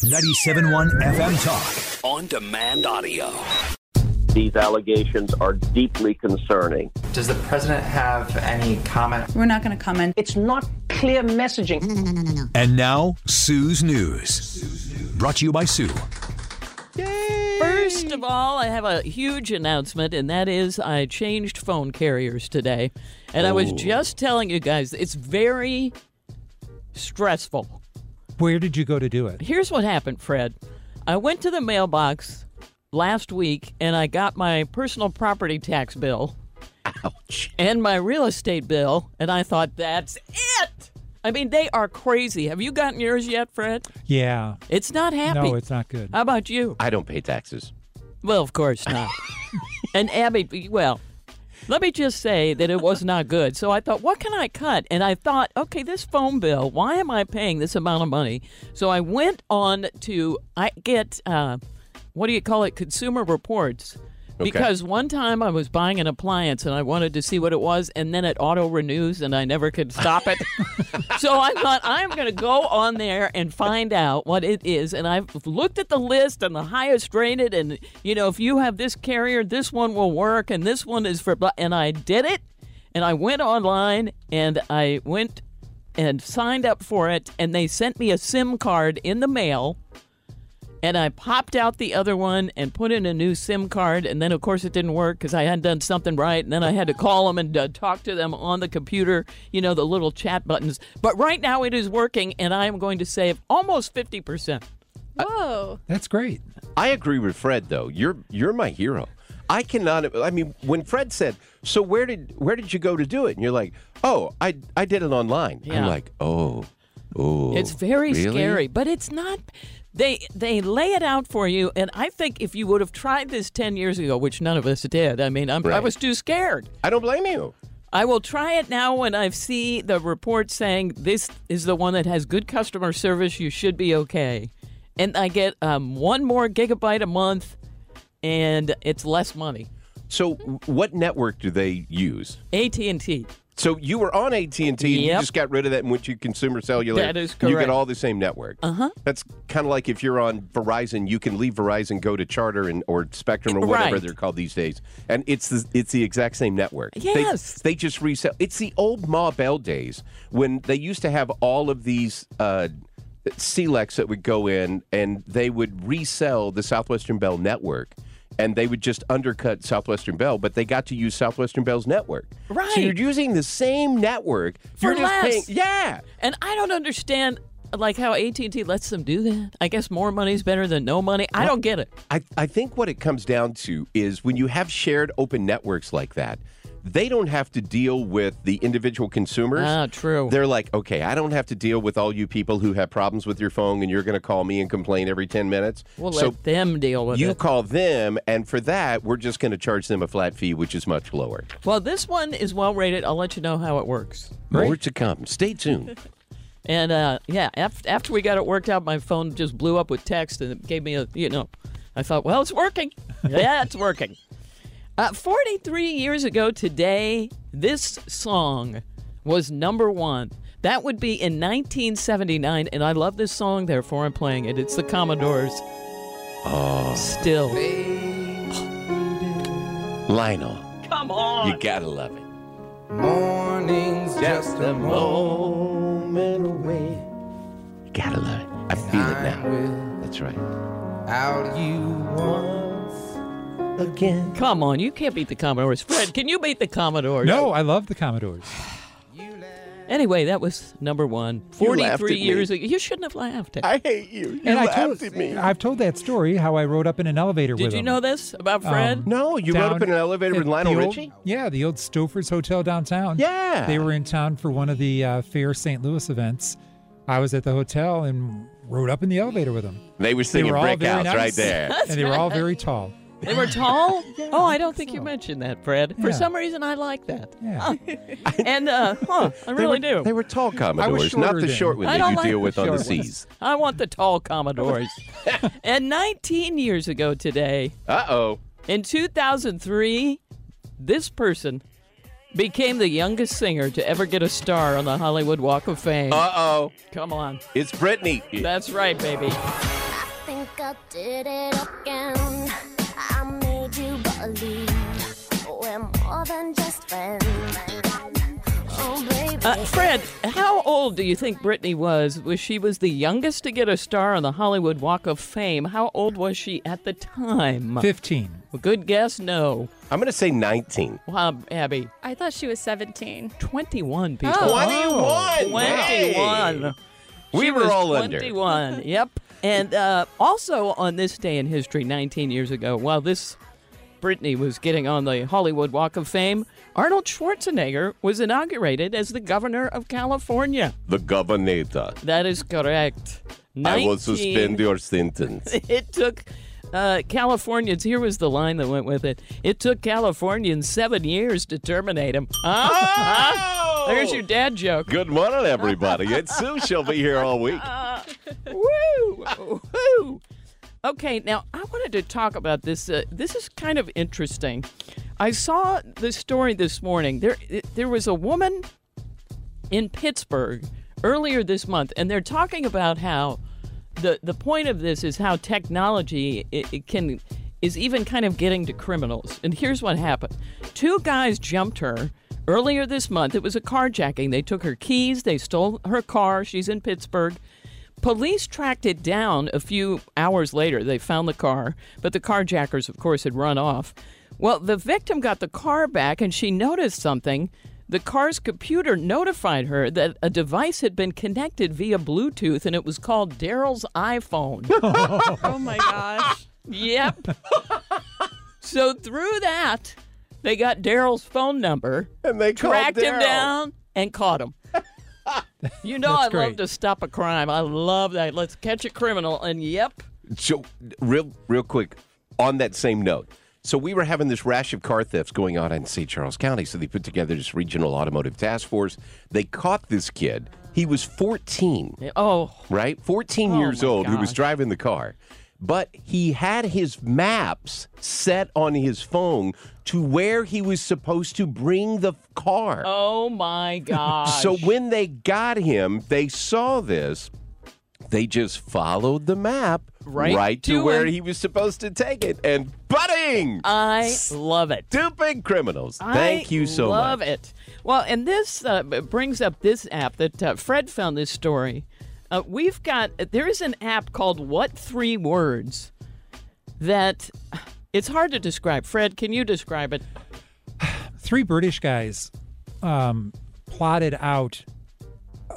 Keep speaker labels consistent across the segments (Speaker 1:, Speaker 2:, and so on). Speaker 1: 97.1 FM Talk.
Speaker 2: On demand audio.
Speaker 3: These allegations are deeply concerning.
Speaker 4: Does the president have any comment
Speaker 5: We're not going to comment.
Speaker 6: It's not clear messaging.
Speaker 1: And now, Sue's News. Brought to you by Sue.
Speaker 7: First of all, I have a huge announcement, and that is I changed phone carriers today. And I
Speaker 8: Oh.
Speaker 7: was just telling you guys, it's very stressful.
Speaker 8: Where did you go to do it?
Speaker 7: Here's what happened, Fred. I went to the mailbox last week and I got my personal property tax bill and my real estate bill, and I thought, that's it. I mean, they are crazy. Have you gotten yours yet, Fred?
Speaker 8: Yeah.
Speaker 7: It's not happy.
Speaker 8: No, it's not good.
Speaker 7: How about you?
Speaker 9: I don't pay taxes.
Speaker 7: Well, of course not. and Abby, well, let me just say that it was not good. So I thought, what can I cut? And I thought, okay, this phone bill, why am I paying this amount of money? So I went on to I get uh, what do you call it? Consumer reports. Because one time I was buying an appliance and I wanted to see what it was, and then it auto renews and I never could stop it. so I thought, I'm going to go on there and find out what it is. And I've looked at the list and the highest rated, and, you know, if you have this carrier, this one will work, and this one is for. Blah. And I did it, and I went online and I went and signed up for it, and they sent me a SIM card in the mail and I popped out the other one and put in a new SIM card. And then, of course, it didn't work because I hadn't done something right. And then I had to call them and uh, talk to them on the computer, you know, the little chat buttons. But right now it is working, and I am going to save almost 50%.
Speaker 5: Whoa.
Speaker 8: That's great.
Speaker 9: I agree with Fred though. You're you're my hero. I cannot. I mean, when Fred said, "So where did where did you go to do it?" and you're like, "Oh, I I did it online." I'm
Speaker 7: Yeah.
Speaker 9: like, "Oh, oh."
Speaker 7: It's very
Speaker 9: really?
Speaker 7: scary, but it's not. They they lay it out for you, and I think if you would have tried this ten years ago, which none of us did, I mean, I'm, I
Speaker 9: Right.
Speaker 7: was too scared.
Speaker 9: I don't blame you.
Speaker 7: I will try it now when I see the report saying this is the one that has good customer service. You should be okay. And I get um, one more gigabyte a month, and it's less money.
Speaker 9: So, w- what network do they use?
Speaker 7: AT and T.
Speaker 9: So you were on AT and T. You
Speaker 7: Yep.
Speaker 9: just got rid of that and went to Consumer Cellular.
Speaker 7: That is
Speaker 9: You get
Speaker 7: correct. Uh-huh.
Speaker 9: all the same network. Uh huh. That's kind of like if you're on Verizon, you can leave Verizon, go to Charter and or Spectrum or whatever
Speaker 7: Right.
Speaker 9: they're called these days, and it's the it's the exact same network. They-
Speaker 7: Yes.
Speaker 9: They, just resell. It's the old Ma Bell days when they used to have all of these. Uh, Celex that would go in and they would resell the Southwestern Bell network and they would just undercut Southwestern Bell, but they got to use Southwestern Bell's network.
Speaker 7: Right.
Speaker 9: So you're using the same network.
Speaker 7: For
Speaker 9: you're just paying.
Speaker 7: less.
Speaker 9: Yeah.
Speaker 7: And I don't understand like how AT and T lets them do that. I guess more money's better than no money. I don't get it.
Speaker 9: I, I think what it comes down to is when you have shared open networks like that, they don't have to deal with the individual consumers.
Speaker 7: Ah, true.
Speaker 9: They're like, okay, I don't have to deal with all you people who have problems with your phone and you're going to call me and complain every 10 minutes.
Speaker 7: We'll
Speaker 9: so
Speaker 7: let them deal with
Speaker 9: you
Speaker 7: it.
Speaker 9: call them, and for that, we're just going to charge them a flat fee, which is much lower.
Speaker 7: Well, this one is well rated. I'll let you know how it works.
Speaker 9: More to come. Stay tuned.
Speaker 7: And uh, yeah, after, after we got it worked out, my phone just blew up with text and it gave me a, you know, I thought, well, it's working. yeah, it's working. Uh, 43 years ago today, this song was number one. That would be in 1979. And I love this song, therefore I'm playing it. It's the Commodores. Oh. Still.
Speaker 9: Lionel. Come on. You got to love it.
Speaker 4: mornings just a moment
Speaker 9: Gotta love it. I feel it now.
Speaker 4: will
Speaker 9: That's right.
Speaker 4: Out you once again.
Speaker 7: Come on, you can't beat the Commodores. Fred, can you beat the Commodores?
Speaker 8: No, Oh, I love the Commodores.
Speaker 7: Anyway, that was number one.
Speaker 8: You laughed at
Speaker 7: 43
Speaker 8: me.
Speaker 7: years ago. You shouldn't have laughed at
Speaker 9: I hate you. You
Speaker 8: I told, I've told that story how I rode up in an elevator
Speaker 7: Did
Speaker 8: with
Speaker 7: you
Speaker 8: him.
Speaker 7: know this about
Speaker 8: Um,
Speaker 7: Fred?
Speaker 8: down at the old- Yeah, the old Stouffer's Hotel downtown.
Speaker 9: Yeah.
Speaker 8: They were in town for one of the uh, Fair St. Louis events. I was at the hotel and rode up in the elevator with them.
Speaker 9: They were singing
Speaker 8: all very
Speaker 9: Breakouts
Speaker 8: nice,
Speaker 9: right there.
Speaker 8: and they were all very tall.
Speaker 7: They were tall? oh, I don't think you mentioned that, Fred. For
Speaker 8: Yeah.
Speaker 7: some reason, I like that. and, uh, huh, I
Speaker 9: They
Speaker 7: really
Speaker 9: were-
Speaker 7: do.
Speaker 9: They were tall Commodores, not
Speaker 8: shorter
Speaker 9: the
Speaker 8: then.
Speaker 9: short ones
Speaker 7: I
Speaker 9: that
Speaker 7: don't
Speaker 9: you
Speaker 7: like
Speaker 9: deal
Speaker 7: the
Speaker 9: with on the
Speaker 7: short ones.
Speaker 9: seas.
Speaker 7: I want the tall Commodores. and 19 years ago today,
Speaker 9: Uh oh.
Speaker 7: in 2003, this person became the youngest singer to ever get a star on the Hollywood Walk of Fame.
Speaker 9: Uh oh.
Speaker 7: Come on.
Speaker 9: It's Britney.
Speaker 7: That's right, baby.
Speaker 10: think I did it again. I made you believe we're more than just friends. Oh, baby.
Speaker 7: Uh, Fred, how old do you think Britney was? Was she was the youngest to get a star on the Hollywood Walk of Fame? How old was she at the time?
Speaker 8: 15.
Speaker 7: Well, good guess, no.
Speaker 9: I'm going to say 19.
Speaker 7: Wow, Abby,
Speaker 5: I thought she was 17.
Speaker 7: 21 people.
Speaker 5: Oh.
Speaker 7: 21. 21.
Speaker 9: We
Speaker 7: She
Speaker 9: were
Speaker 7: was
Speaker 9: all
Speaker 7: 21. yep. And uh, also on this day in history, 19 years ago, while this Britney was getting on the Hollywood Walk of Fame, Arnold Schwarzenegger was inaugurated as the governor of California.
Speaker 9: The governor.
Speaker 7: That is correct.
Speaker 9: I will
Speaker 7: 19
Speaker 9: suspend your sentence.
Speaker 7: It took uh, Californians. Here was the line that went with it. It took Californians seven years to terminate him. Huh? Huh? There's your dad joke.
Speaker 9: Good morning, everybody. It's Sue. She'll be here all week.
Speaker 7: Woo! Woo! Okay, now I wanted to talk about this. Uh, this is kind of interesting. I saw this story this morning. There, there was a woman in Pittsburgh earlier this month, and they're talking about how the the point of this is how technology it, it can is even kind of getting to criminals. And here's what happened: two guys jumped her earlier this month. It was a carjacking. They took her keys. They stole her car. She's in Pittsburgh. Police tracked it down a few hours later. They found the car, but the carjackers, of course, had run off. Well, the victim got the car back and she noticed something. The car's computer notified her that a device had been connected via Bluetooth and it was called Daryl's iPhone.
Speaker 5: Oh my gosh.
Speaker 7: Yep. so through that, they got Daryl's phone number
Speaker 9: and they
Speaker 5: called
Speaker 7: tracked him
Speaker 5: Daryl.
Speaker 7: down and caught him. you know, I
Speaker 9: That's great.
Speaker 7: love to stop a crime. I love that. Let's catch a criminal. And yep,
Speaker 9: So, real, real quick, on that same note. So, we were having this rash of car thefts going on in St. Charles County. So, they put together this regional automotive task force. They caught this kid. He was 14.
Speaker 7: Oh.
Speaker 9: Right? 14
Speaker 7: Oh,
Speaker 9: years
Speaker 7: my
Speaker 9: old, who was
Speaker 7: gosh.
Speaker 9: driving the car. But he had his maps set on his phone to where he was supposed to bring the car.
Speaker 7: oh my God.
Speaker 9: So when they got him, they saw this. They just followed the map
Speaker 7: Right
Speaker 9: to,
Speaker 7: to
Speaker 9: where
Speaker 7: him.
Speaker 9: he was supposed to take it, and budding.
Speaker 7: I love it.
Speaker 9: Stupid criminals. Thank
Speaker 7: I
Speaker 9: you so
Speaker 7: love
Speaker 9: much.
Speaker 7: it. Well, and this uh, b- brings up this app that uh, Fred found this story. Uh, we've got there is an app called What Three Words that it's hard to describe. Fred, can you describe it?
Speaker 8: three British guys um, plotted out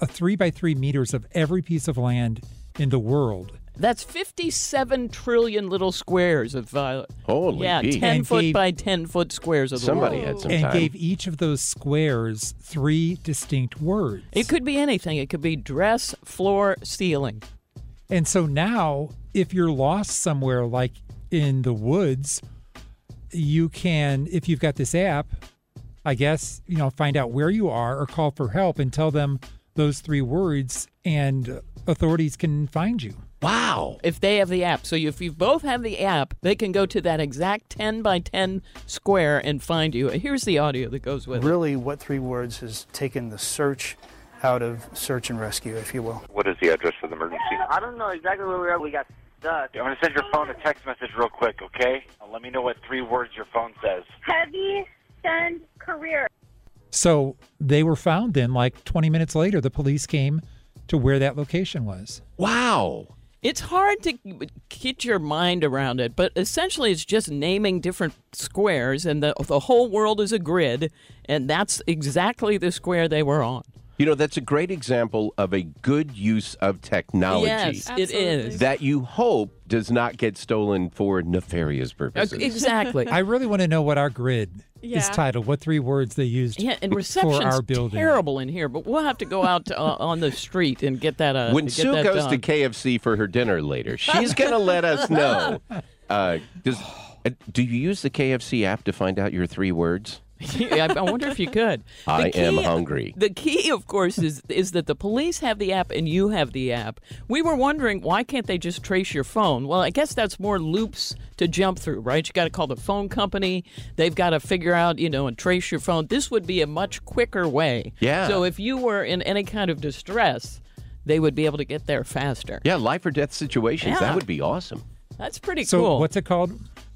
Speaker 8: a three by three meters of every piece of land in the world.
Speaker 7: That's 57 trillion little squares of uh,
Speaker 9: Holy
Speaker 7: yeah,
Speaker 8: gee.
Speaker 7: 10
Speaker 8: And
Speaker 7: foot
Speaker 8: gave-
Speaker 7: by 10 foot squares of the
Speaker 9: Somebody
Speaker 7: world.
Speaker 9: had some
Speaker 8: and
Speaker 9: time.
Speaker 8: gave each of those squares three distinct words.
Speaker 7: It could be anything. It could be dress, floor, ceiling.
Speaker 8: And so now, if you're lost somewhere like in the woods, you can, if you've got this app, I guess, you know, find out where you are or call for help and tell them those three words, and authorities can find you.
Speaker 9: Wow.
Speaker 7: If they have the app. So if you both have the app, they can go to that exact 10 by 10 square and find you. Here's the audio that goes with it.
Speaker 11: Really, what three words has taken the search out of search and rescue, if you will?
Speaker 12: What is the address of the emergency?
Speaker 13: I don't know exactly where we are. We got stuck.
Speaker 12: I'm going to send your phone a text message real quick, okay? Uh, Let me know what three words your phone says.
Speaker 14: Heavy send career.
Speaker 8: So they were found then, like 20 minutes later, the police came to where that location was.
Speaker 9: Wow.
Speaker 7: It's hard to get your mind around it, but essentially it's just naming different squares, and the, the whole world is a grid, and that's exactly the square they were on.
Speaker 9: You know, that's a great example of a good use of technology.
Speaker 7: Yes, it is.
Speaker 9: That you hope does not get stolen for nefarious purposes.
Speaker 7: exactly.
Speaker 8: I really want to know what our grid is
Speaker 7: Yeah.
Speaker 8: titled, what three words they used
Speaker 7: Yeah, and
Speaker 8: for
Speaker 7: reception's
Speaker 8: our building.
Speaker 7: terrible in here, but we'll have to go out to, uh, on the street and get that. Uh,
Speaker 9: when
Speaker 7: get
Speaker 9: Sue
Speaker 7: that
Speaker 9: goes to
Speaker 7: done.
Speaker 9: KFC for her dinner later, she's going to let us know. Uh, does, uh, do you use the KFC app to find out your three words?
Speaker 7: I I wonder if you could. The
Speaker 9: I am
Speaker 7: key-
Speaker 9: hungry.
Speaker 7: The key, of course, is is that the police have the app and you have the app. We were wondering why can't they just trace your phone? Well, I guess that's more loops to jump through, right? You got to call the phone company. They've got to figure out, you know, and trace your phone. This would be a much quicker way.
Speaker 9: Yeah.
Speaker 7: So if you were in any kind of distress, they would be able to get there faster.
Speaker 9: Yeah, life or death situations. That
Speaker 7: Yeah.
Speaker 9: would be awesome.
Speaker 7: That's pretty
Speaker 8: so
Speaker 7: cool.
Speaker 8: what's it called?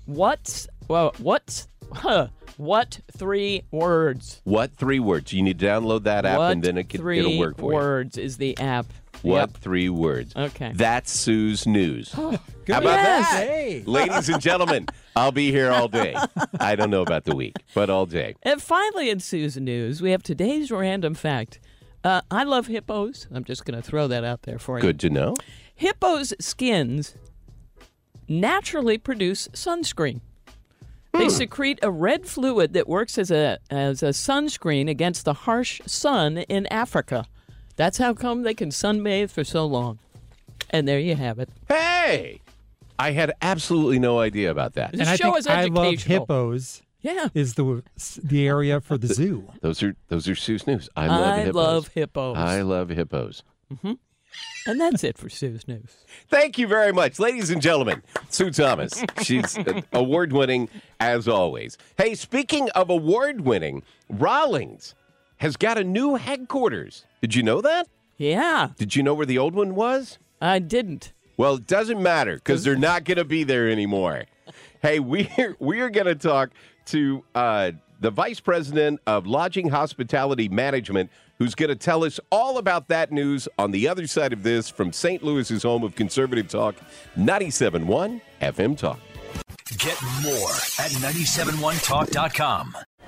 Speaker 7: What's well, what's huh, what three words?
Speaker 9: What three words? You need to download that app
Speaker 7: what
Speaker 9: and then it can,
Speaker 7: three
Speaker 9: it'll work for you.
Speaker 7: words is the app.
Speaker 9: What three words?
Speaker 7: Okay.
Speaker 9: That's Sue's news. How about
Speaker 7: Yes.
Speaker 9: that? Ladies and gentlemen, I'll be here all day. I don't know about the week, but all day.
Speaker 7: And finally, in Sue's news, we have today's random fact. Uh, I love hippos. I'm just going to throw that out there for you.
Speaker 9: Good to know.
Speaker 7: Hippos' skins naturally produce sunscreen.
Speaker 9: Hmm.
Speaker 7: They secrete a red fluid that works as a as a sunscreen against the harsh sun in Africa. That's how come they can sunbathe for so long. And there you have it.
Speaker 9: Hey! I had absolutely no idea about that.
Speaker 7: The show is
Speaker 8: I love
Speaker 7: educational.
Speaker 8: hippos.
Speaker 7: Yeah.
Speaker 8: Is the the area for the zoo.
Speaker 9: Those are those are Sue's news. I love
Speaker 7: I
Speaker 9: hippos.
Speaker 7: love hippos.
Speaker 9: I love hippos.
Speaker 7: And that's it for Sue's news.
Speaker 9: Thank you very much, ladies and gentlemen. Sue Thomas. She's award winning as always. Hey, speaking of award winning, Rawlings has got a new headquarters. Did you know that?
Speaker 7: Yeah.
Speaker 9: Did you know where the old one was?
Speaker 7: I didn't.
Speaker 9: Well, it doesn't matter because they're not going to be there anymore. Hey, we're, we're going to talk to uh, the vice president of lodging hospitality management, who's going to tell us all about that news on the other side of this from St. Louis's home of conservative talk, 97.1 FM Talk.
Speaker 2: Get more at 971talk.com.